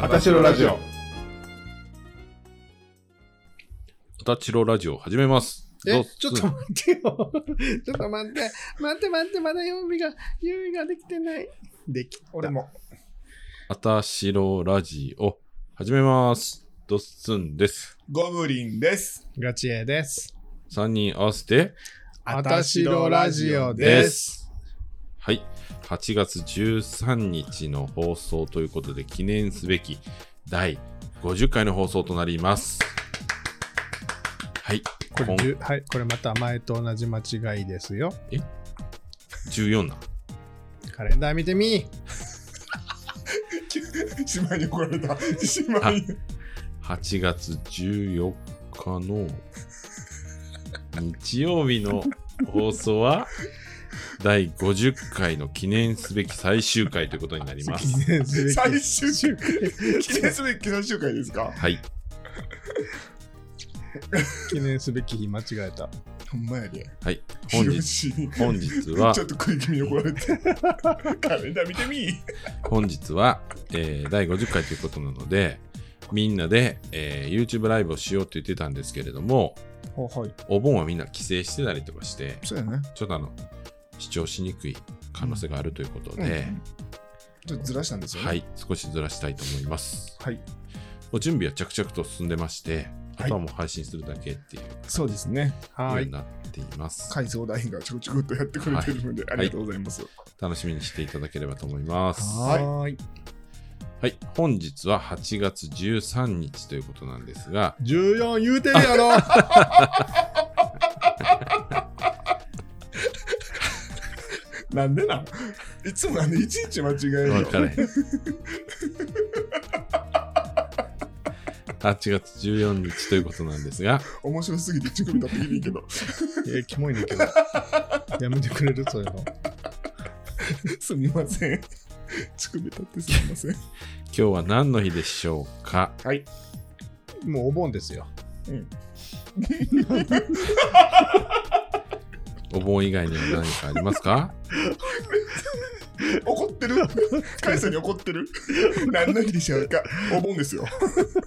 あたしろラジオ。おたちろラジオ始めます。どえう、ちょっと待ってよ。ちょっと待って。待って待って、まだ読みが、読みができてない。できた。俺も。あたしろラジオ始めます。ドッスンです。ゴブリンです。ガチエです。 3人合わせて、あたしろラジオで。ですはい。8月13日の放送ということで、記念すべき第50回の放送となります。はい。これ今じゅ、はい、これまた前と同じ間違いですよ。 14な。カレンダー見てみ島に怒られた。島に。 8月14日の日曜日の放送は第50回の記念すべき最終回ということになりま記す。念すべき最終週記念すべき最終回ですかはい。記念すべき日間違えた。ほんまやで。はい。本日、日本日はちょ、っと食い気味に怒られて。カレンダー見てみ本日は、えー第50回ということなので、みんなで、えー YouTube ライブをしようって言ってたんですけれども、はい。お盆はみんな帰省してたりとかして、そうやね。ちょっとあの、視聴しにくい可能性があるということで、うんちょっとずらしたんですよね。はい、少しずらしたいと思います。はい。もう準備は着々と進んでまして、はいあとはもう配信するだけっていうよそうですね。はういに。なっています。海藻大変がちょこちょこっとやってくれてるので、ありがとうございます。楽しみにしていただければと思います。はいはーい。はい、本日は8月13日ということなんですが、 14言うてるや ろなんでなんいつもなんでいちいち間違えるわの からへん。8月14日ということなんですが、面白すぎて乳首立ってきていいけど。え、キモいねんけど。やめてくれるそういうの。すみません。乳首立ってすみません。今日は何の日でしょうかはい。もうお盆ですよ。うん。お盆以外には何かありますか 怒って るカイさんに怒ってる何の日でしょうかお盆です よ。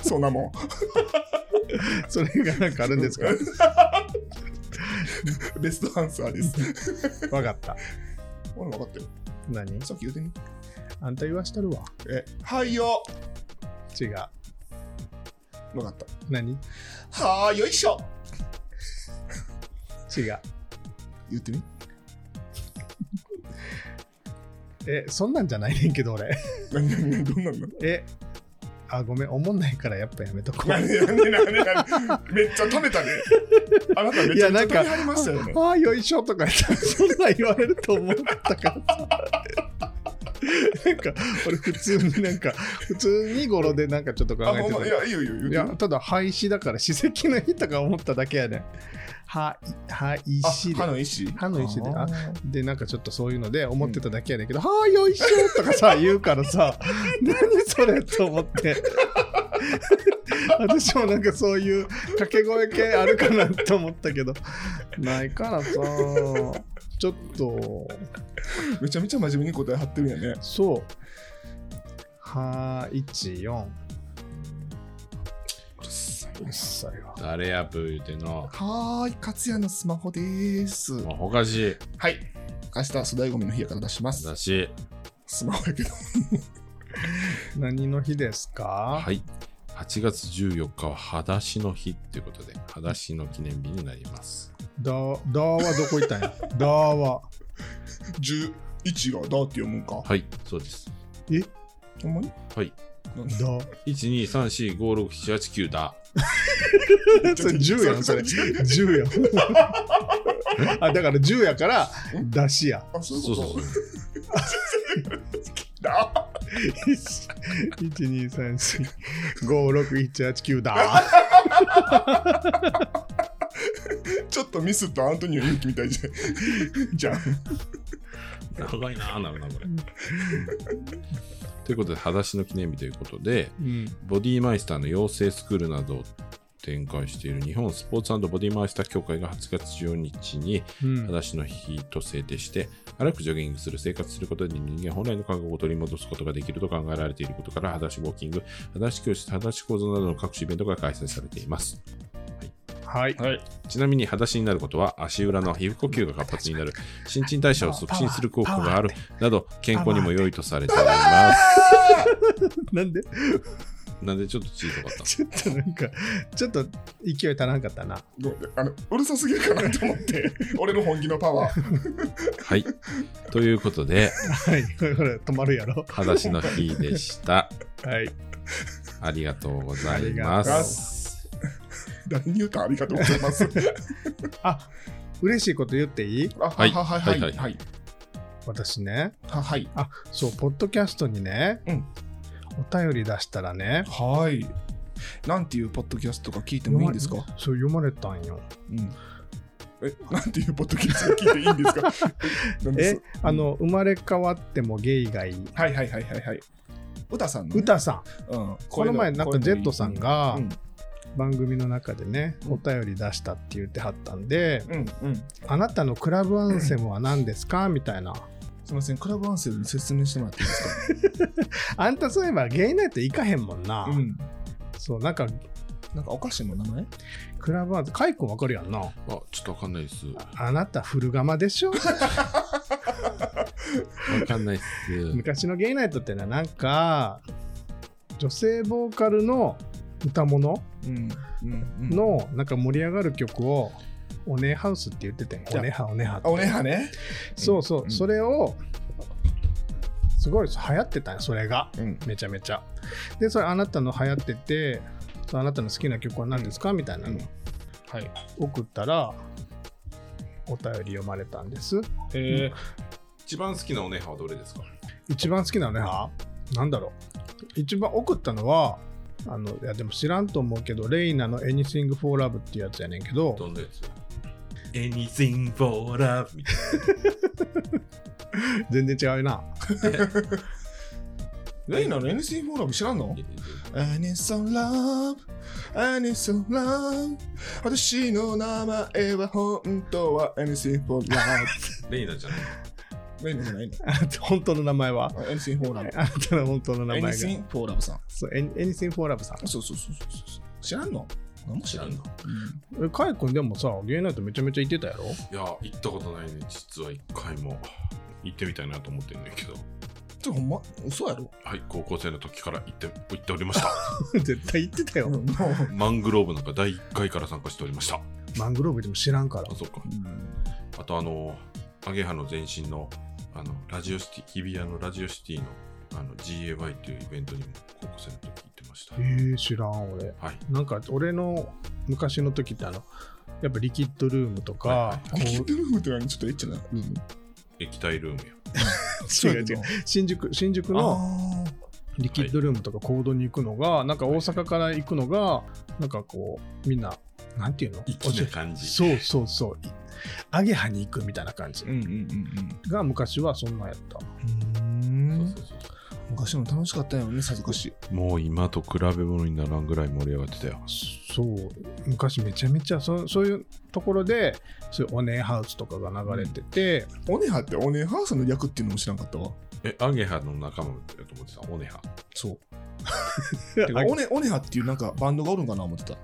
そんなもん。それがなんかあるんで すかベストアンサーです。わかった。俺分かってる。何さっき言うてみ。あんた言わしてるわ。え、はいよ。違う。分かった。何違う。はーよいしょ。言ってみ。え、そんなんじゃないねんけど俺。何何何どんなんのえ、あ、ごめん、おもんないからやっぱやめとこう。何何何何めっちゃ溜めたね。あなためっいちゃ溜やなめんかはりましたよね。ああ、よいしょとか言 ったら、そんなん言われると思ったからさ。なんか、俺普通になんか、普通に語呂でなんかちょっと考あ、えほてんま、いた。や、いいよいいよ、言ういてやみ。、ただ廃止だから、史跡の日とか思っただけやねん。は、い、は、あ石で歯。の石歯の石でああーでなんかちょっとそういうので思ってただけやねんけど「はあよいしょ」とかさ言うからさ何それと思って 私もなんかそういう掛け声系あるかなと思ったけどないからさちょっとめちゃめちゃ真面目に答え張ってるんやね。そうはあ14うっさいうっさいわ誰やブー言うてんの。はーい、勝也のスマホでーす。もうおかしい。はい。明日、粗大ゴミの日やから出します。だし。スマホやけど。何の日ですか、はい。8月14日は裸足の日ということで、裸足の記念日になります。だだはどこ行ったんやだは11がだって読むんか。はい、そうです。ほんまにはい。だ1、2、3、4、5、6、7、8、9だ。 それ10やんそれ10やん あだから10やから出しやあ、そういうそこうとそうそう。だ123456789だ ちょっとミスとアントニオ猪木みたいじゃん。じゃん。 長いなぁ、なるな、これ。ということで、裸足の記念日ということで、うんボディーマイスターの養成スクールなど展開している日本スポーツボディマイスター協会が8月14日にうん裸足の日と制定して、歩くジョギングする生活することで人間本来の感覚を取り戻すことができると考えられていることから、裸足ウォーキング、裸足教室、裸足講座などの各種イベントが開催されています。はい。はい。ちなみに裸足になることは足裏の皮膚呼吸が活発になる、新陳代謝を促進する効果があるなど、健康にも良いとされております。 なんで なんでちょっと小さかった。ちょっとなんか、ちょっと勢い足らんかったな。ごめんあの、うるさすぎるかなと思 って、俺の本気のパワー。はい。ということで、はい。これ、これ止まるやろ。裸足の日でした。はい。ありがとうございます。何言うかありがとうございます。あ、嬉しいこと言っていいあはいははいはいははいい。ははい。私ね、ははい。そう、ポッドキャストにね、うんお便り出したらね、はい。なんていうポッドキャストか聞いてもいいんですかそう読まれたんよ。うん。え、なんていうポッドキャストが聞いていいんですか 何でえす、あの、生まれ変わってもゲイがいい。はいはいはいはいはい。歌さんのね、歌さん、うん、この前なんか Z さんがうん番組の中でね、うんお便り出したって言ってはったんで、うんうん、あなたのクラブアンセムは何ですかみたいな。すみません、クラブアンセルに説明してもらっていいですあんたそういえばゲイナイト行かへんもんか、な。うん、そう、なんかなんかお菓子の名前クラブアンセム、カイ君わかるやんな。あ、ちょっとわかんないです。あなた古釜でしょわかんないっす。 昔のゲイナイトってのはなんか女性ボーカルの歌物うんうんうん、のなんか盛り上がる曲をオネハウスって言ってたよじゃあオネハオネハってあおねはね。そうそう、うんそれをすごい流行ってたよそれがうんめちゃめちゃでそれあなたの流行っててそうあなたの好きな曲は何ですか、みたいなのはい。送ったらお便り読まれたんですえ一番好きなお姉はどれですか一番好きなのねはなんだろう一番送ったのはあのいやでも知らんと思うけどレイナの「Anything for Love」っていうやつやねんけどどんなやつ ?Anything for love みたい全然違うな ー、レイナの NC フォーラム知らんの I need some love, I need some love 私の名前は本当は NC フォーラな。レイナじゃない。ブレイナじゃないのあなた本当の名前は ?NC フォーラあブなたの本当の名前が NC フォーラブさん。そう Any- Anything for Love さんそうそうそうそうそう。知らんの何も知らんの、えカイ君でもさ芸能人めちゃめちゃ行ってたやろいや、行ったことないね。実は一回も行ってみたいなと思ってるんだけど。ちょ、ほんま、嘘やろはい、高校生の時から行って行っておりました。絶対行ってたよ、うんもうマングローブなんか第1回から参加しておりました。マングローブでも知らんからあ、そうか。うんあとあの、アゲハの前身の、あの、ラジオシティ、日比谷のラジオシティの、あの、GAY というイベントにも高校生の時行ってました。えー、知らん俺はい。なんか俺の昔の時ってあのやっぱリキッドルームとか、はいこうリキッドルームって何ちょっとエッチなルーム液体ルームや。違う違う新宿新宿のあリキッドルームとかコードに行くのが、なんか大阪から行くのがなんかこうみんななんていうのお粋しゃな感じ。そうそうそういアゲハに行くみたいな感じーうんうんが昔はそんなんやっうたんうんそううんそうそうそ昔の楽しかったよねさぞかしうもう今と比べ物にならんぐらい盛り上がってたよ。そう昔めちゃめちゃそそういうところでそういうオネエハウスとかが流れてて、オネハってオネハーさんの略っていうのも知らんかったわえ、アゲハの仲間だと思ってた、オネハ。そうでてかオネオネハっていうなんかバンドがおるんかな思ってた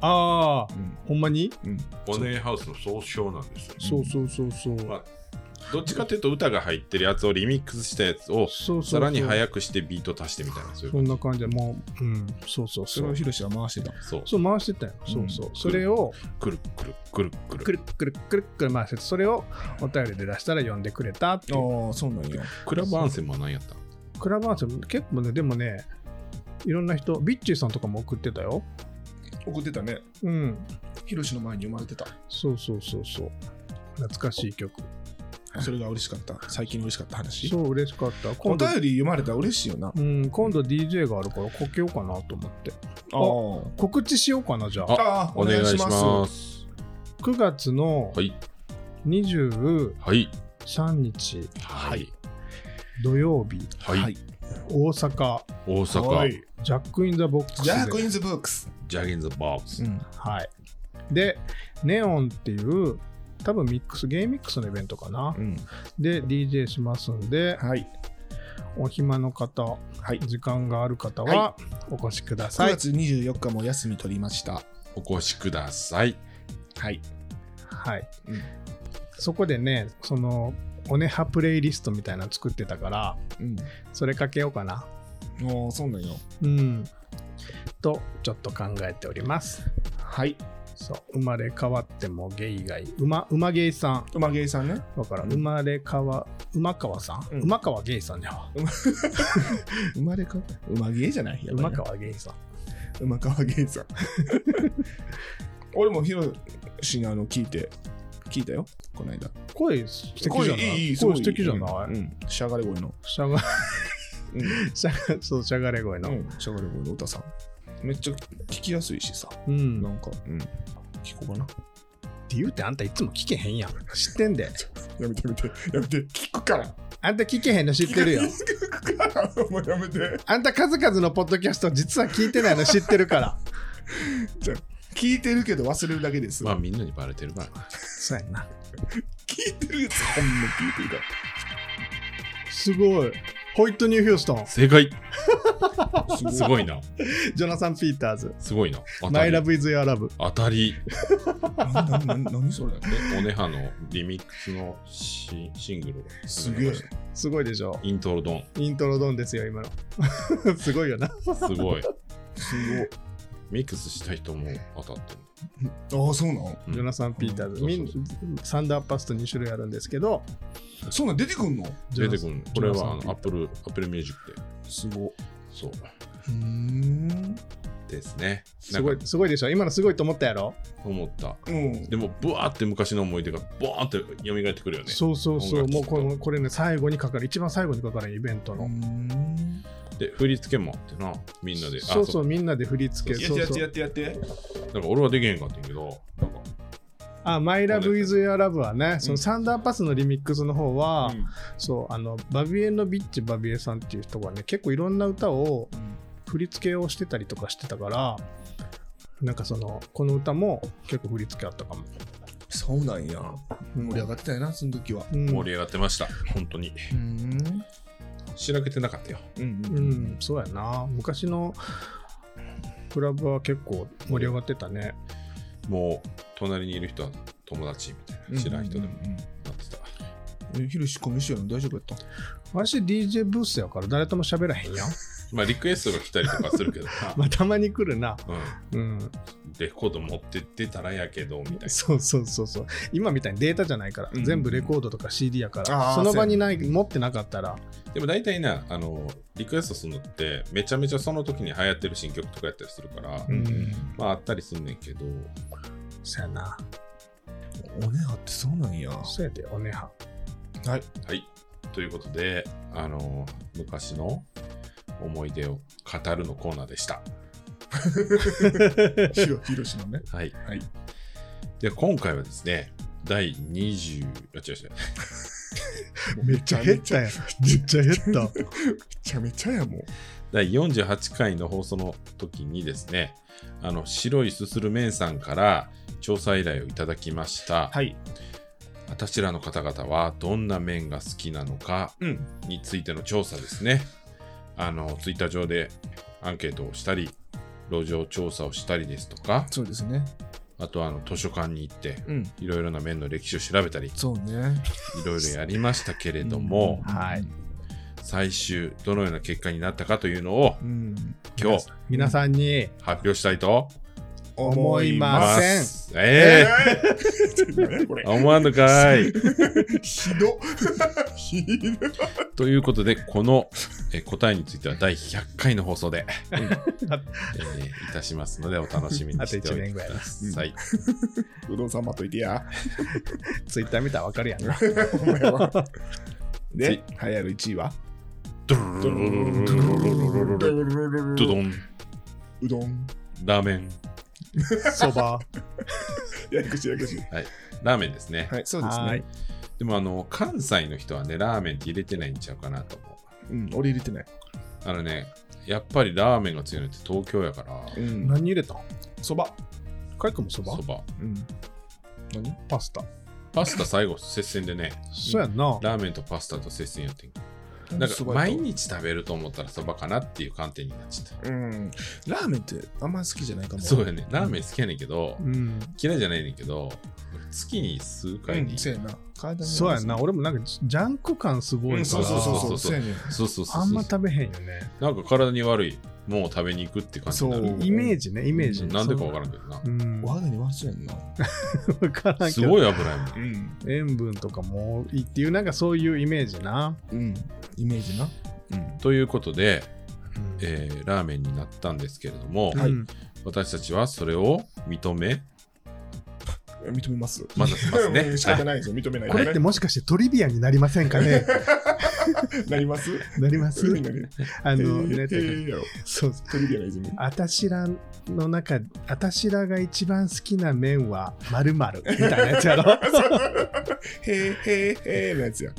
ああうんほんまに、うんオネハウスの総称なんですそよ。うそうそうそうまあどっちかというと歌が入ってるやつをリミックスしたやつそをうそうさらにい早くしてビート足してみたいなそういうそ感んじな感じでもう、うん、そうそそうそれをうヒロシは回してたそうそう回してたよ、そうそううそれをくるくるくるくるくるっくるっくるっくる回してそれをお便りで出したら読んでくれたっていうああそうなんやクラブアンセムは何やったのクラブハウスも結構ねでもねいろんな人ビッチーさんとかも送ってたよ送ってたねうんヒロシの前に生まれてたそうそうそうそう懐かしい曲それが嬉しかった最近の嬉しかった話そう嬉しかったお今度便り読まれたら嬉しいよなうん、今度 DJ があるからこけようかなと思ってあー告知しようかなじゃあああーお願いします9月のはい23はい日、はい土曜日、はい。はい大阪、大は阪、いジャック・イン・ザ・ボックスジで。ャック・イン・ズ・ブックス。ジャゲンズ・バーブス。はい。で、ネオンっていう、多分ミックス、ゲーミックスのイベントかな。うんで、DJ しますんで、はい。お暇の方、はい。時間がある方はお越しくださ9い。月24日も休み取りました。お越しください。はい。はい。うんそこでね、その、オネハプレイリストみたいなの作ってたから、うん。それかけようかな。もう、そうなんよ。うん。と、ちょっと考えております。はい。そう、生まれ変わってもゲイ以外、馬、馬ゲイさん。馬芸さんね。だからん、うん生まれ変わ、馬川さん、うん馬川ゲイさんじゃん。生まれか馬芸じゃないやばいな馬川ゲイさん。馬川芸さん。 俺もヒロシにあの聞いて、聞いたよ、この間。声素敵じゃない声いい、声素敵じゃない、うんうん。しゃがれ声の。しゃが、うん。 しゃが、そう、しゃがれ声の。うんしゃがれ声の歌さん。めっちゃ聞きやすいしさ。うん。なっんか、うん。聞こうかな。て言うてあんたいつも聞けへんやん。知ってんで。やめてやめて、やめて、聞くから。あんた聞けへんの知って るよ。聞くから、 もうやめて。あんた数々のポッドキャスト実は聞いてないの知ってるから。聞いてるけど忘れるだけです。まあみんなにバレてるから。そうやな。聞いてるやつ、ほんま聞いてるから。すごい。ホイットニューヒューストン、正解すごい すごいな。ジョナサン・ピーターズ、すごいな。当たマイラり。ブ・イズ・ヨア・ラブ。当たり。ななな何それオネハのリミックスのシシングルがすげえ。すごいでしょ。イントロドン。イントロドンですよ、今の。 すごいよな。すごい。すミックスした人も当たってる。ごい。ああ、そうなのうんジョナサン・ピーターズ、うんみんサンダーパスト2種類あるんですけど、そんなん出てくんの出てくるのこれはあジョナサンピーターのアップル、アップルミュージックで。すごい。そう。うーん。ですね。すごいなんかすごいでしょ今のすごいと思ったやろ、思った。うん。でも、ブワーって昔の思い出が、ボワーって蘇ってくるよね。そうそうそう音楽もうこのこれね最後にかかる一番最後にかかるイベントうの、ーんで、振り付けもあってな、みんなで。あそうそうう。みんなで振り付けやってそうやってそやうってやって。なんか俺はできへんかったんやけど、なんか、あ「マイ・ラブ・イズ・ヨア・ラブ」はね、そのサンダーパスのリミックスの方は、うんそうあのバビエのビッチバビエさんっていう人がね結構いろんな歌を振り付けをしてたりとかしてたからなんかそのこの歌も結構振り付けあったかも、そうなんや。うん盛り上がってたよな、その時は。うん盛り上がってました。本当に。うん。しらけてなかったよ。うん。うん、そうやな。昔のクラブは結構盛り上がってたね。もう、隣にいる人は友達みたいな。知らん人でもなってた。え。ヒロシ、コミュ障やの大丈夫やったわし DJ ブースやから誰とも喋らへんやん。まあ、リクエストが来たりとかするけどな。 まあ、たまに来るな。ううん。ん。レコード持ってってたらやけど、みたいな。そうそうそうそう。今みたいにデータじゃないから、うん全部レコードとか CD やから、あーその場にないそうやね持ってなかったら、でも大体な、あの、リクエストするのって、めちゃめちゃその時に流行ってる新曲とかやったりするから、うんまああったりすんねんけど、そうやな。おねはってそうなんや。そうやで、おねは。はい。はい。ということで、あの、昔の思い出を語るのコーナーでした。 ヒロヒロシのね。はい。はい。で、今回はですね、第20、あ、違う違う。めっちゃ減ったやん。めっちゃ減った。めちゃめちゃやもん。第48回の放送の時にですね、あの、白いすするめんさんから調査依頼をいただきました。はい。私らの方々はどんな麺が好きなのかうん。についての調査ですね。あの、ツイッター上でアンケートをしたり、路上調査をしたりですとか、そうですね。あとはあの図書館に行って、うん。いろいろな麺の歴史を調べたり、いそうね。ろいろやりましたけれども、はい。最終、どのような結果になったかというのをうん。今日皆さんに、発表したいと思い思いま。ますす。え何これえー、思わぬかい。ひどひど ということで、このえー答えについては第100回の放送で、えーいたしますので、お楽しみにしておいてください。うどんさん待っといてや。ツイッター見たらわかるやんな。お前は。つでい、流行る1位はドゥルルルルルルルルルルドゥドンうどん。ラーメン。そば。ややこしいややこしい。ラーメンですね。はい、そうですはねい。。でもあの、関西の人はね、ラーメンって入れてないんちゃうかなと思うん、俺入れてない。う。あのね、やっぱりラーメンが強いのって東京やから、うん。何入れたんそば。カイ君もそばそば。うん。何パスタ。パスタ最後、接戦でね、そうやんな。ラーメンとパスタと接戦やってんけどなんかそば毎と日食べると思ったらそばかなっていう観点になっちゃっうん。ラーメンってあんま好きじゃないかた。も。そうやね、ラーメン好きやねんけど、うん。嫌いじゃないねんけど、月に数回うに、ん、そそううやな。体に合わせそうやんな。俺もなんかジジャンク感すごいから、うん、そうそうそうそう。そうそうそそううやねそうそうそうあんま食べへんよね。なんか体に悪い、もう食べに行くって感じになそるう。イメージね、イメージ。なんでかわからんけどなう。ん。おわ肌に悪そうやんな。からんすけど。ごい油やもん。うん。塩分とかも多いっていう、なんかそういうイメージな。うん。イメージな。うん。ということで、うんえーラーメンになったんですけれども、はいうん私たちはそれを認め認めます。まだします ねうん仕方ないですよ。認めない。これってもしかしてトリビアになりません かねなりますな りますなりああの、ね、やろ。そうトリビアの泉。あたしらの中、あたしらが一番好きな麺はまるみたいなやつやろ へーへーへーのやつや。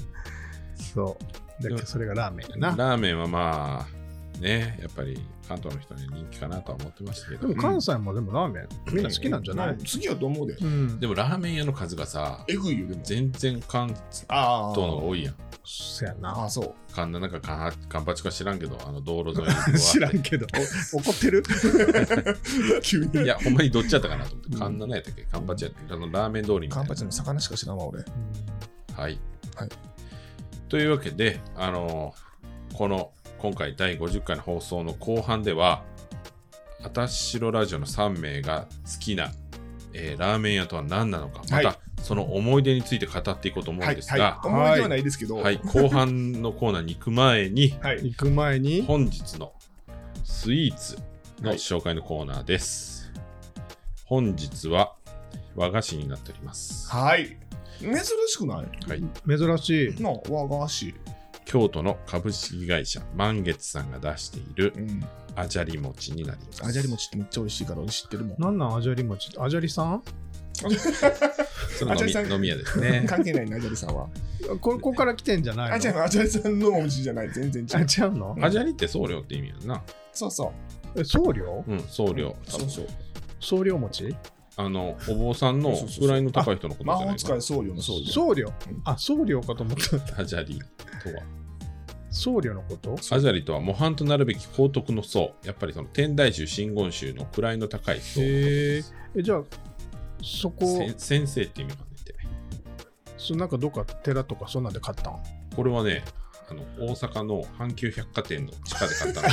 そう。だからそれがラーメンやな。ラーメンはまあねやっぱり関東の人に人気かなとは思ってましたけでども関西もでもラーメン、みんな好きなんじゃない、う好きやと思うで。うん。でもラーメン屋の数がさえぐいよ、でも。全然関東ああ。の方が多いやんそやあな。あ、そう。関南なんか関八関八か知らんけどあの道路沿い に知らんけど。お怒ってる 急に。いやほんまにどっちやったかなと思って関南やったっけ関八やったっけあのラーメン通りみたカいンなパチの魚しか知らんわ、俺。はい、はいというわけであのーこの今回第50回の放送の後半ではあたしろラジオの3名が好きな、えーラーメン屋とは何なのかまはいたその思い出について語っていこうと思うんですが、思い出はないですけど。はい。後半のコーナーに行く前にはい。行く前に、本日のスイーツの紹介のコーナーです、本日は和菓子になっております、はい。珍しくないはい、珍しい。なあ、和菓子。京都の株式会社満月さんが出しているうん。あじゃり餅になります。あじゃり。餅ってめっちゃ美味しいから俺知ってるもん。なんなんあじゃり餅ってあじゃりさんその飲あじゃりみさん飲み屋ですね。 関係ないな、あじゃりさんは。こここから来てんじゃないのあじゃりあじゃりさんのお餅じゃない、全然あ違う。違うのあじゃりって僧侶って意味やんな。そうそう。え僧侶うん、僧侶。そうそう。僧侶餅あの、お坊さんのそうそうそう位の高い人のことじ魔ゃな法い使かい僧侶の僧侶。僧侶あ、僧侶かと思った。あじゃりとは。僧侶のことあじゃりとは模範となるべき高徳の僧。やっぱりその天台宗、真言宗の位の高い僧。へえ。えじゃあ、そこせん、先生って意味が出て。そなんかどっか寺とかそんなんで買ったんこれはね、あの大阪の阪急百貨店の地下で買ったんで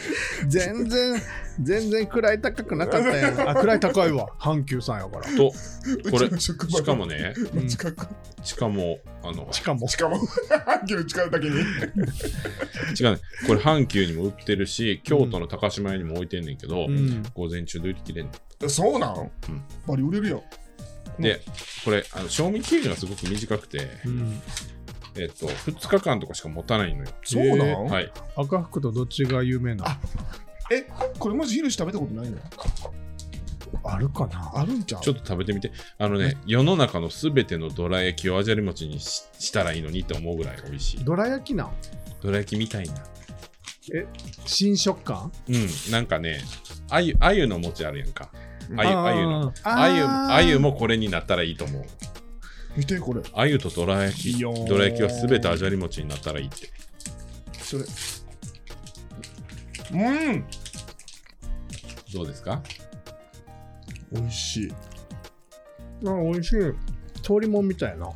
す全然、全然位高くなかったや ん。あ、位高いわ。阪急さんやから。け ど、うこれちの職場のしかもね、 うん近く。しかも、あの、しかも、しかも、 半径の力だけに。違うね。これ阪急にも売ってるし、京都の高島屋にも置いてんねんけど、うん午前中で売り切れんねそうなんうんバリ売れるやん。んで、これ、あの賞味期限がすごく短くて、うん、えっと、2日間とかしか持たないのよ。そうなんへーはい。赤服とどっちが有名なあえ、これマジ昼食べたことないのあるかなあるんちゃうちょっと食べてみて。あのね、世の中のすべてのどら焼きをあじゃり餅にししたらいいのにって思うぐらい美味しい。どら焼きなんどら焼きみたいな。新食感うん、なんかね、あゆ、あゆの餅あるやんか。あゆ、あーあゆの。あゆ、あーあゆもこれになったらいいと思う。見てこれ。あゆとどら焼いき。いよーどら焼きはすべてあじゃり餅になったらいいって。それ。うんどうですか美味しい。あ美味しい通りもんみたいな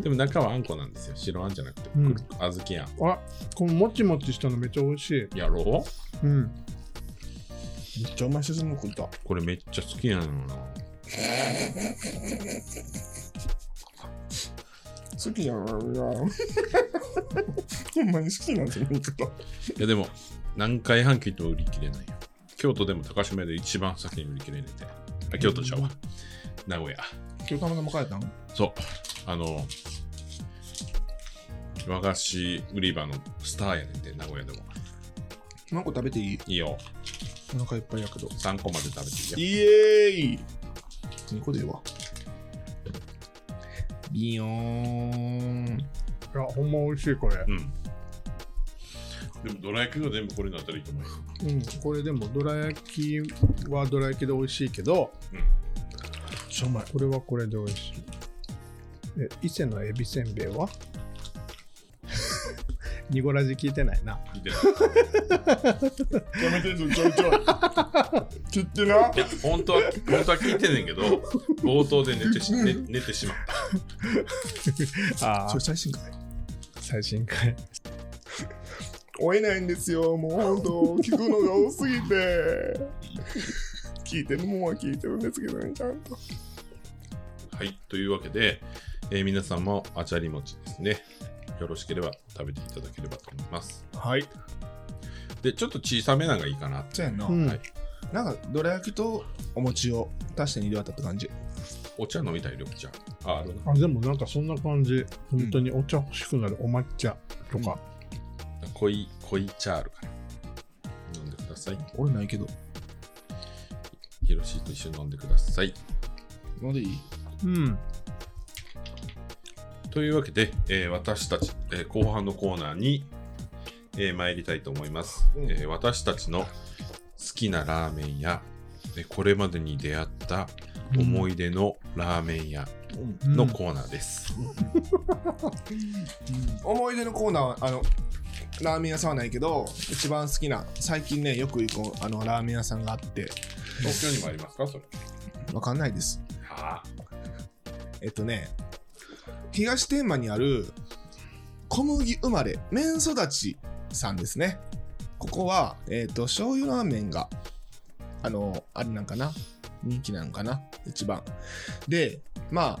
でも中はあんこなんですよ。白あんじゃなくて、うんあずきあん。あこのもちもちしたのめっちゃ美味しいやろううんめっちゃうまい説明食った。これめっちゃ好きなのな。好きじゃん。 ほんまに好きなんじゃないかと。いやでも、何回半切っても売り切れないよ。京都でも高島屋で一番先に売り切れねて。あ、京都ちゃうわ。名古屋。今日たまたま帰ったんそう。あの、和菓子売り場のスターやねんて、名古屋でも。何個食べていいいいよ。お腹いっぱいやけど。 3個まで食べていいよ。イエーイ !2 個でいいわ。ビヨーン。いや、ほんま美味しい、これ。うん。でも、どら焼きが全部これになったらいいと思うよ。うん、これでも、どら焼きはどら焼きで美味しいけど、しょうまい。これはこれで美味しい。え、伊勢のエビせんべいは ニゴラジ聞いてないな。聞いてない。やめてんぞ、 ちょいちょい。切ってないや、本当は、本当は聞いてんねんけど、冒頭で寝てし、寝寝てしまった。あそれ最新回。最新回。追えないんですよ、もう本当、聞くのが多すぎて。聞いてるもんは聞いてるんですけどね、ちゃんと。はい、というわけで、えー皆さんもあちゃり餅ですね。よろしければ食べていただければと思います。はい。で、ちょっと小さめなんがいいかな。そうやんな。うんはいなんか、どら焼きとお餅を足して2で割ったって感じ。お茶飲みたい緑茶。あ、あるな。あ、でもなんかそんな感じ。本当にお茶欲しくなるお抹茶とか。濃い、濃い茶あるから。飲んでください。俺ないけど。ヒロシと一緒に飲んでください。飲んでいいうん。というわけで、えー私たち、えー後半のコーナーに、えー参りたいと思います、うんえー私たちの好きなラーメン屋、えーこれまでに出会った思い出のラーメン屋うん。のコーナーです。思い出のコーナーは、あの、ラーメン屋さんはないけど、一番好きな、最近ね、よく行くあのラーメン屋さんがあって、東京にもありますかそれ。わかんないです。ああ。えっとね、東天満にある小麦生まれ麺育ちさんですね。ここは、えっと、醤油ラーメンが、あの、あれなんかな人気なんかな一番。で、まあ、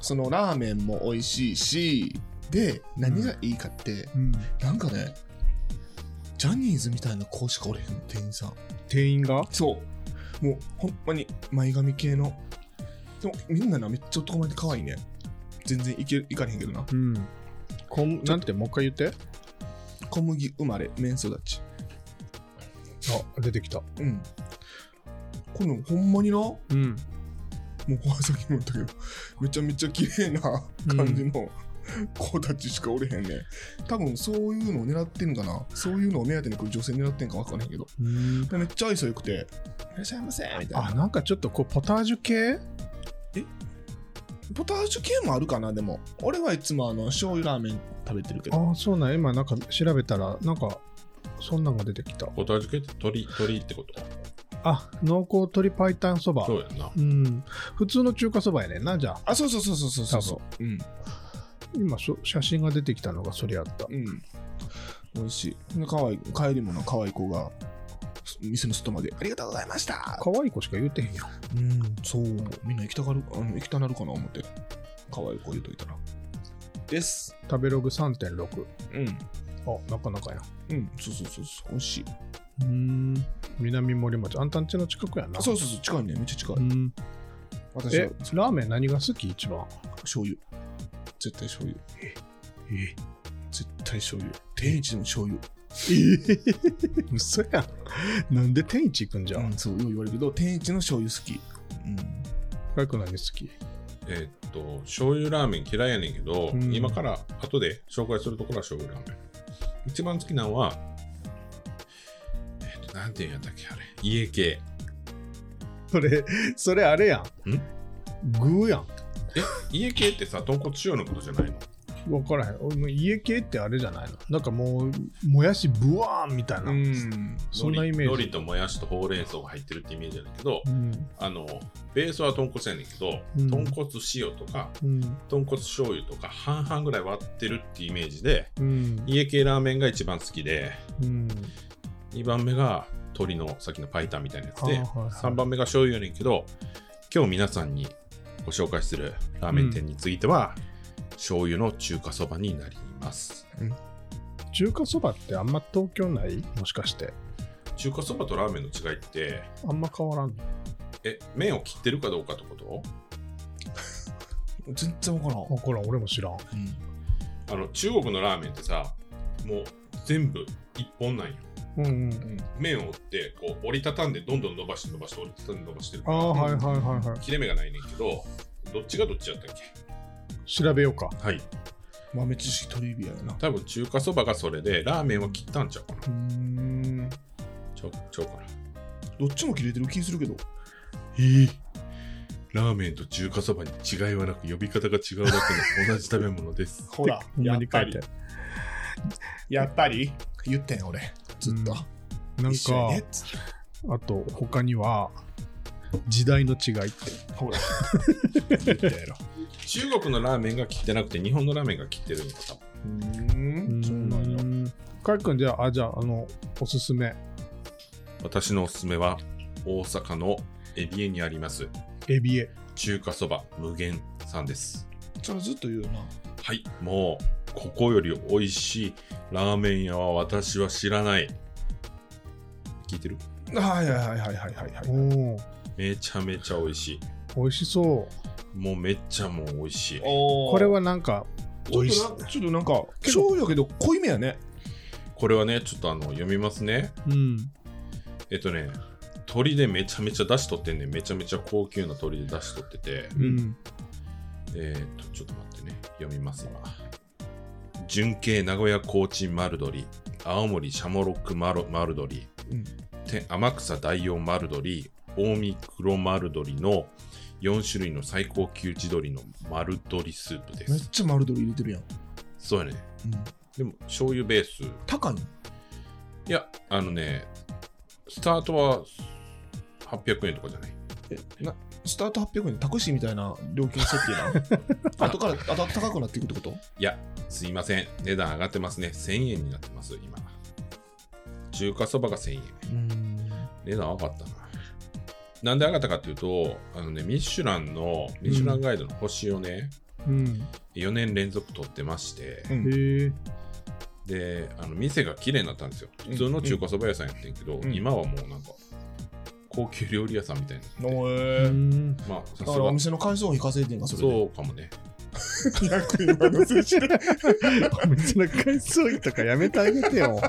そのラーメンも美味しいし、で、何がいいかって、うん。なんかね、ジャニーズみたいな子しかおれへんの、店員さん。店員がそう。もう、ほんまに、前髪系の。でも、みんなな、めっちゃ男前で可愛いね。全然いける、いかれへんけどな。うん。こんなんてもう一回言って。小麦生まれ、麺育ち。あ、出てきた。うん。この、ほんまにな、もうん。う、さっきも言ったけど、めちゃめちゃ綺麗な感じの、子たちしかおれへんね。多分、そういうのを狙ってんかな。そういうのを目当てに来る女性狙ってんかわかんないけど。うんでめっちゃ愛想良くて、いらっしゃいませみたいなあ、。なんかちょっとこう、ポタージュ系ポタージュ系もあるかなでも俺はいつもあの醤油ラーメン食べてるけどあ、そうなん。今なんか調べたら、なんか、そんなんが出てきた。ポタージュ系って鳥、鳥ってことあ、濃厚鶏白湯そば。そうやんな。うん。普通の中華そばやねんな、じゃあ。あそうそうそうそうそうそうそううん今そ写真が出てきたのがそれやったうん美味しいで可愛い帰りもな可愛い子がす店の外まで「ありがとうございました可愛い子しか言うてへんやん」うんそうみんな行きたがるあの行きたなるかな思って可愛い子言うといたらです食べログ3.6うんあなかなかやうんそうそうそうそう美味しいうん南森町あんたんちの近くやなあそうそうそう近いねめっちゃ近い、うん私はえラーメン何が好き一番醤油絶対醤油え絶対醤油天一でも醤油 嘘やんなんで天一行くんじゃうんん、そうよう言われるけど天一の醤油好きうん深く何好きえーっと、醤油ラーメン嫌いやねんけど、うん今から後で紹介するところは醤油ラーメン。一番好きなのは、えーっと、なんていうんやったっけ、あれ。家系。それそれあれやんんグーやんえ、家系ってさ、豚骨塩のことじゃないの分からへん俺もう家系ってあれじゃないのなんかもうもやしブワーンみたいな、うんそんなイメー海苔ジともやしとほうれん草が入ってるってイメージやねんけど、うんあの、ベースは豚骨やねんけど、うん豚骨塩とか、うん豚骨醤油とか半々ぐらい割ってるってイメージで、うん家系ラーメンが一番好きで、うん2番目が鶏のさっきのパイタンみたいなやつで、あーはいはい3番目が醤油やねんけど今日皆さんにご紹介するラーメン店については、醤油の中華そばになります中華そばってあんま東京ないもしかして中華そばとラーメンの違いってあんま変わらんのえ麺を切ってるかどうかってこと全然わからん、分からん俺も知らんあの中国のラーメンってさもう全部一本なんようんうん麺を折ってこう折りたたんでどんどん伸ばして伸ばして折りたたんで伸ばしてるああはいはいはいはい切れ目がないねんけどどっちがどっちやったっけ調べようか。はい。豆知識トリビアやな多分中華そばがそれで、ラーメンは切ったんちゃうかなうーんちょちゃうかなどっちも切れてる気するけどえーラーメンと中華そばに違いはなく呼び方が違うだけの同じ食べ物です。ほらほんまに書いてあるやっぱり言ってん俺ずっと、なん一緒か、にねっつってあと他には時代の違いってほら 言ったやろ中国のラーメンが切ってなくて日本のラーメンが切ってるのか多分うーんそうなんややかいくんじゃああじゃああのおすすめ私のおすすめは大阪のエビエにありますエビエ中華そば無限さんです。それずっと言うなはい、もうここより美味しいラーメン屋は私は知らない。聞いてるはいはいはいはいはいはいはいおおめちゃめちゃ美味しい。美味しそうもうめっちゃもう美味しい。ここれはなんかちょ美っ味しとなちょっとなんか醤油やけど濃いめやねこれはね、ちょっとあの読みますね。うんえっとね、鶏でめちゃめちゃ出汁取ってんねんめちゃめちゃ高級な鶏で出汁取ってて、うんえーっと、ちょっと待ってね、読みます今。純系名古屋コーチン丸鶏、青森シャモロック丸丸鶏、うんて天草大王丸鶏、近江黒丸鶏の4種類の最高級地鶏の丸鶏スープでめっす。ちゃ丸鶏入れてるやん、そうやね。うん、でも、醤油ベース。高いのいや、あのね、スタートは800円とかじゃない。スタート800円でタクシーみたいな料金設定な後からあと高くなっていくってこといや、すいません。値段上がってますね。1000円になってます、今。中華そばが1000円。うん値段上がったな。なんで上がったかっていうと、あのね、ミシュランの、ミシュランガイドの星をね、うん4年連続取ってまして、うんへえで、あの店が綺麗になったんですよ。普通の中華そば屋さんやってんけど、うん今はもうなんか、高級料理屋さんみたいになっておうえんまあ、ださすがからお店の改装費稼いでんかそれそうかもね。う100円上乗せして お店の 海藻いとかやめてあげてよ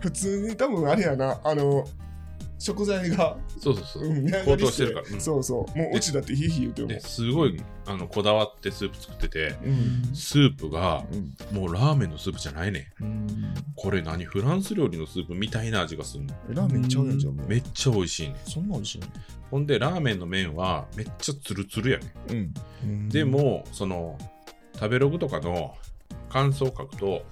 普通に多分あれやなあの食材が、そうそうそう。うん、値上が高り騰してるから。うんそうそうもううちだってひいひい言うてもですごいあのこだわってスープ作ってて、うんスープがうんもうラーメンのスープじゃないね。うんこれ何フランス料理のスープみたいな味がするの。えラーメンちゃうやんじゃんもうめっちゃ美味しいね。そんな美味しいほんで、ラーメンの麺はめっちゃツルツルやね。うん、でも、その、食べログとかの感想を書くと、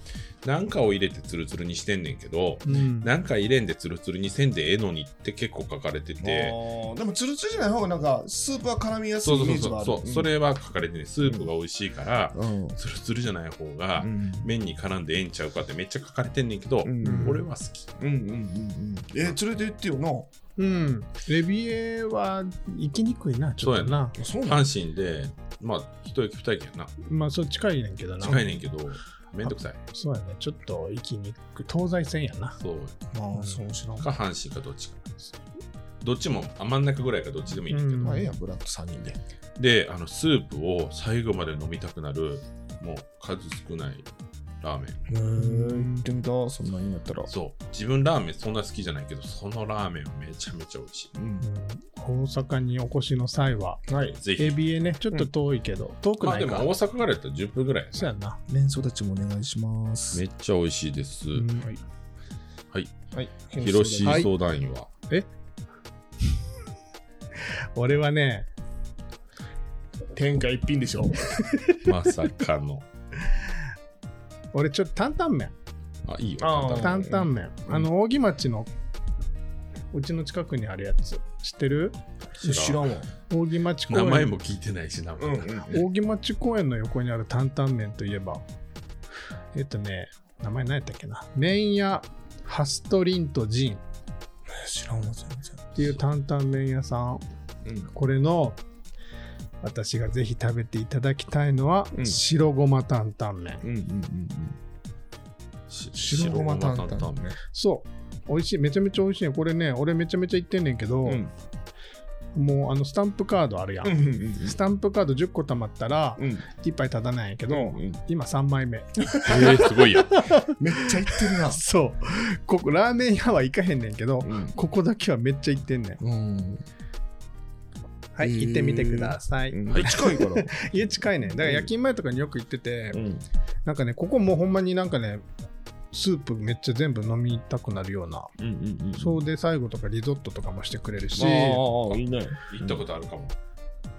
なんかを入れてツルツルにしてんねんけど、うんなんか入れんでツルツルにせんでええのにって結構書かれてて、あーでもツルツルじゃない方がなんかスープは絡みやすいそうイそメうージそはあうるそう、それは書かれてね、スープが美味しいから、うんツルツルじゃない方がうん麺に絡んでええんちゃうかってめっちゃ書かれてんねんけど、うん俺は好き。うんうんうんうんえ連れて行ってよなうんエビエは行きにくいなちょっとなそうなの阪神で、まあ、一駅二駅やな。まあそう近いねんけどな近いねんけど、めんどくさい。そうやねちょっと行きにくい東西線やなそう。ああそう知らんか阪神かどっちか。どっちもあ真ん中ぐらいかどっちでもいいねんけど、うんまあええやんブラック3人でであのスープを最後まで飲みたくなるもう数少ないラーメンへえ行ってみたそんなにやったらそう自分ラーメンそんな好きじゃないけどそのラーメンはめちゃめちゃ美味しいうんうん大阪にお越しの際ははいぜエひビエねちょっと遠いけど、遠くまあないでか、も大阪からやったら10分ぐらいやそうなやんな、麺相たちもお願いしますめっちゃ美味しいです、うんはいはいはい広しはい相談員は、俺はね天下一品でしょまさかの俺ちょっと担々麺あいいよあー簡単担々麺、うんあの扇町のうちの近くにあるやつ知ってる知らんわ扇町公名園前も聞いてないしな、うんうん扇町公園の横にある担々麺といえばえっとね名前何やったっけな麺屋ハストリンとジンっ知らんわ全然ていう担々麺屋さんうんこれの私がぜひ食べていただきたいのは、うん白ごま担々麺うんうんうんし白ごま担々白ごまそう美味しいめちゃめちゃ美味しいよこれね俺めちゃめちゃ行ってんねんけど、うんもうあのスタンプカードあるやん、うんうんうんスタンプカード10個貯まったらうん1杯立たないんやけど、うん今3枚目 えー、すごいやんめっちゃ行ってるなそうここラーメン屋は行かへんねんけどうんここだけはめっちゃ行ってんねんうんはうい、ん行ってみてください。うん近いから。家近いね。だから夜勤前とかによく行ってて、ん。なんかね、ここもうほんまになんかね、スープめっちゃ全部飲みたくなるような。うんうんうん。そうで最後とかリゾットとかもしてくれるしあ、あ、いいね。行ったことあるかも。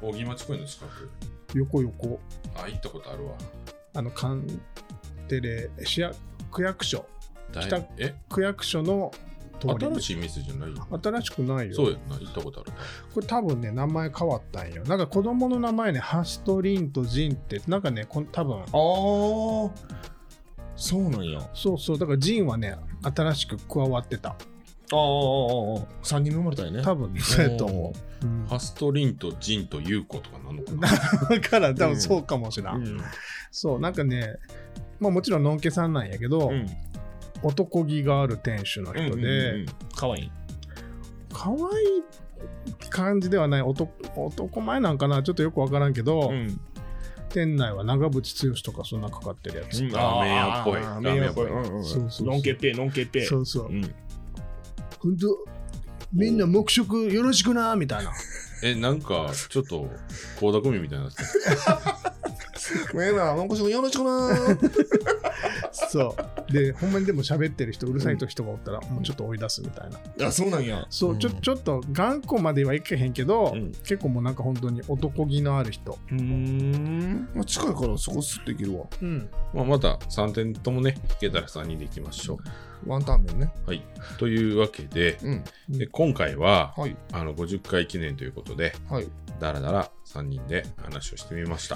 大木町公園の近く。横横、あ、行ったことあるわ。あの、カンテレ、市役区役所、だい北え区役所の通り。新しい店じゃないよ。新しくないよ。そうやんな、行ったことある。これ多分ね、名前変わったんよ。なんか子供の名前ね、ハストリンとジンって、なんかね、こん多分ああ、そうなんや。ああ、そうそう、だからジンはね、新しく加わってた。ああ、ああ。三人目生まれたよね。多分ね、そうやと思おーう。うんハストリンとジンとユーコとかなんのかなだから多分そうかもしれない、うん。そう、なんかね、まあもちろんのんけさんなんやけど、うん。男気がある店主の人で、うん。かわいい。可愛い感じではない男男前なんかなちょっとよく分からんけど、ん。店内は長渕剛とかそんなかかってるやつ、ラーメン屋っぽいあーラーメン屋っぽい。ラーメンうんうんそうそうそうのんけっぺ、のんけっぺ。そうそう、うん。ほんとみんな黙食よろしくなみたいなえ、なんか、ちょっと、倖田來未みたいになってる。めえな、のんこしよろしくな。そうでほんまにでも喋ってる人うるさいと人がおったら、もうちょっと追い出すみたいなあ、そうなんや。そう、ちょちょっと頑固まではいけへんけど、うん結構もうなんか本当に男気のある人うん。まあ、近いから、そこすっていけるわ。うんまあ、また3点ともね、行けたら3人で行きましょワンタン麺ね。う。はい。というわけで、うん。で今回は、はい。あの50回記念ということで、はい。だらだら3人で話をしてみました。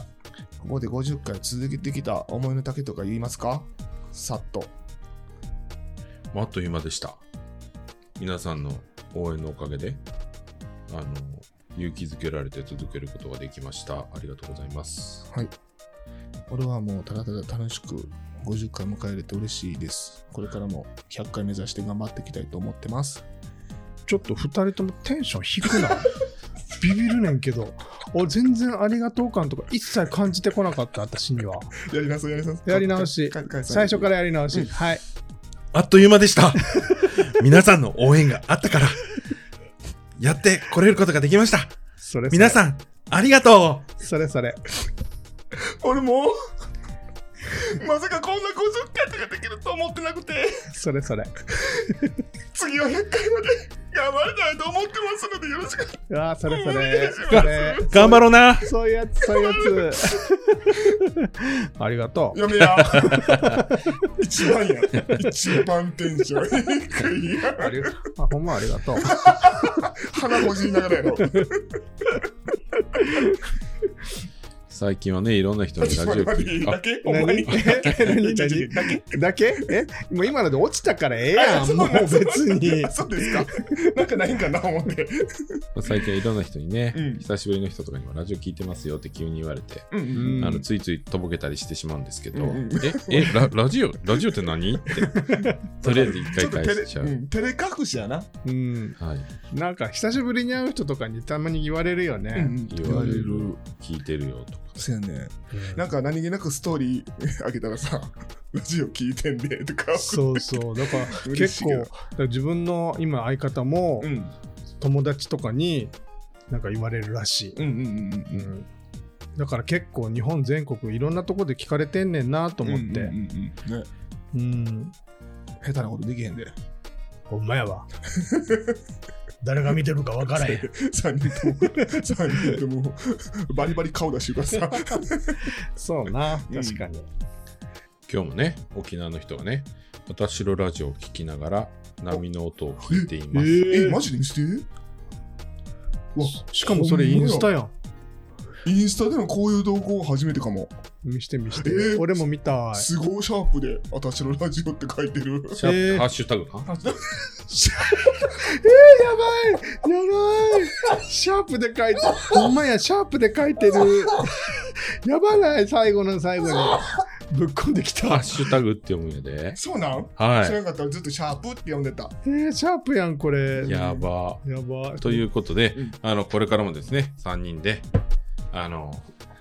ここで50回続けてきた思いの丈とか言いますかさっと。まああっという間でした。皆さんの応援のおかげで、あの、勇気づけられて続けることができました。ありがとうございます。俺はもうただただ楽しく50回迎えれて嬉しいです。これからも100回目指して頑張っていきたいと思ってます。ちょっと2人ともテンション低くない ビビるねんけど俺全然ありがとう感とか一切感じてこなかった私にはやり直す、やり直すやり直し最初からやり直し、はいあっという間でした。 皆さんの応援があったから、やってこれることができました。それんん、ありがとうそれそれ俺もうまさかこんな50回とかできると思ってなくてそれそれ次は100回まで頑張りたいと思ってますのでよろしくうわあそれそおれ 願いしますそれ頑張ろうなそういうやつそういうやつ ありがとうやめや一番や一番テンション低いやありあほんまありがとう鼻ほじりながらやろ最近はね、いろんな人に ラジオ聞いて、あだけお前何に 何何だけだけえもう今ので落ちたからええやあんそうもなうんだ別にそうですかなんかないんかな思って最近はいろんな人にね、うん久しぶりの人とかにもラジオ聞いてますよって急に言われて、うんうんあのついついとぼけたりしてしまうんですけど、うんうんえ、え、ララジオラジオって 何って、とりあえず一ちょ回っと返照れしちゃう。うん照れ隠しやなうんはい、なんか久しぶりに会う人とかにたまに言われるよね、言われる、聞いてるよとか。そうやねうんなんか何気なくストーリーあげたらさ、ラジオ聞いてんでとか。そうそうだから嬉し結いけ構どだから自分の今相方もうん。友達とかになんか言われるらしい、うんうんうんううんん。だから結構日本全国いろんなとこで聞かれてんねんなと思って、うんうんうんね。うん下手なことできへんで。ほんまや わ誰が見てるか分からへん3人とも、3人とも、バリバリ顔出してるからさ。そうなうん確かに、今日もね、沖縄の人がね、私のラジオを聞きながら波の音を聞いています。え、マジで見せてうわ、しかもそれインスタや。やんインスタでのこういう動画初めてかも。見して見して、えー俺も見たいすごいシャープで、私のラジオって書いてる。シャープえーハッシュタグな。やばいやばいシャープで書いてほんまやシャープで書いてるやばない最後の最後にぶっこんできハたッシュタグって読むんやで。そうなんは知い。らなかったらずっとシャープって呼んでた。えー、シャープやんこれやば。やばいということで、うんあの、これからもですね、3人で、あの、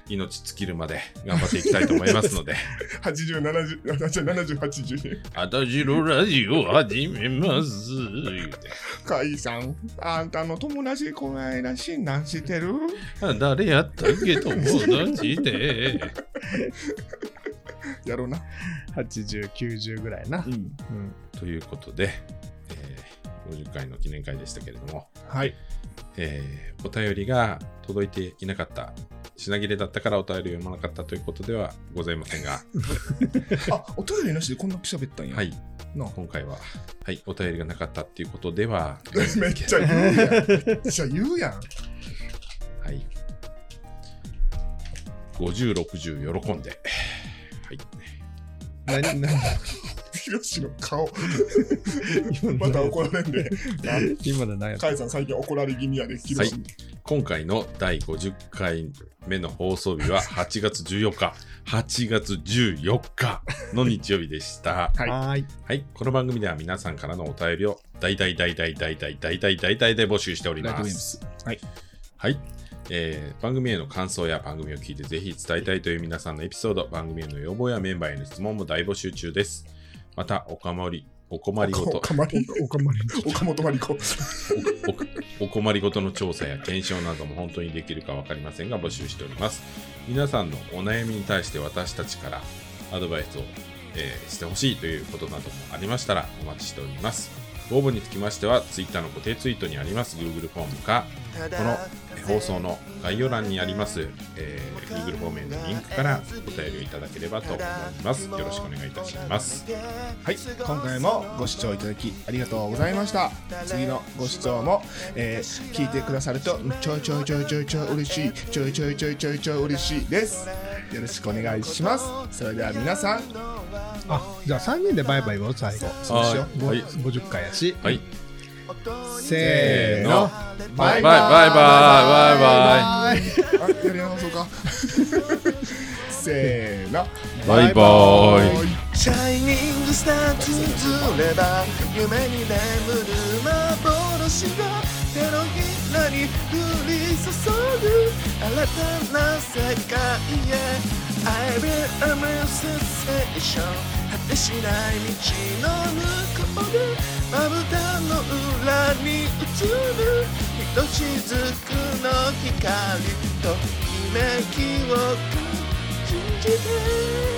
命尽きるまで頑張っていきたいと思いますので、 80、70、70、80。あたしのラジオ始めます。カイさん、あんたの友達この間診断してる誰やったっけと友達で。やろうな。 8090ぐらいな、ん。うん、 ということで、えー50回の記念会でしたけれども、はい。えーお便りが届いていなかった、品切れだったからお便りを読まなかったということではございませ んが、あ、お便りなしでこんな喋ったんや。はい。、なあ今回は、はい、お便りがなかったっていうことでは、 めっちゃ言う やん。めっちゃ言うやん。はい。50、60喜んで。はい。何何ヒロシの顔、今またの怒られん で。今の何やったカイさん最近怒られ気味やで、ヒロシ。今回の第50回目の放送日は8月14日、8月14日の日曜日でした。はいはーいはい。この番組では皆さんからのお便りを大大大大大大大大大大大募集しておりライトウまェーブす。ス。はい。はい。えー番組への感想や番組を聞いてぜひ伝えたいという皆さんのエピソード、番組への要望やメンバーへの質問も大募集中です。また、おかまり、お困りごおと、かまり、おかまり 岡本まりこ。おお困りごとの調査や検証なども本当にできるか分かりませんが募集しております皆さんのお悩みに対して私たちからアドバイスを、えーしてほしいということなどもありましたらお待ちしております応募につきましては Twitter の固定ツイートにあります Google フォームかこのえー放送の概要欄にあります、えー Google フォームへのリンクからお便りをいただければと思いますよろしくお願いいたしますはい、今回もご視聴いただきありがとうございました。次のご視聴も、えー聞いてくださるとちょいちょいちょいちょいちょい嬉しい、ちょいちょいちょいちょいちょい嬉しいです。よろしくお願いします。それでは皆さん、あじゃあ3人でバイバイを最後そうしよはい50回やしはいせーのバイバイバイバイバイバイう。バイあ、やり直そうか。 せーの。バイバイシャイニングスター綴れば夢に眠る幻が手のひらに降り注ぐ新たな世界へ I be a m u s i c i a n 果てしない道の向こうでまぶたの裏に映るひとしずくの光ときめきを感じて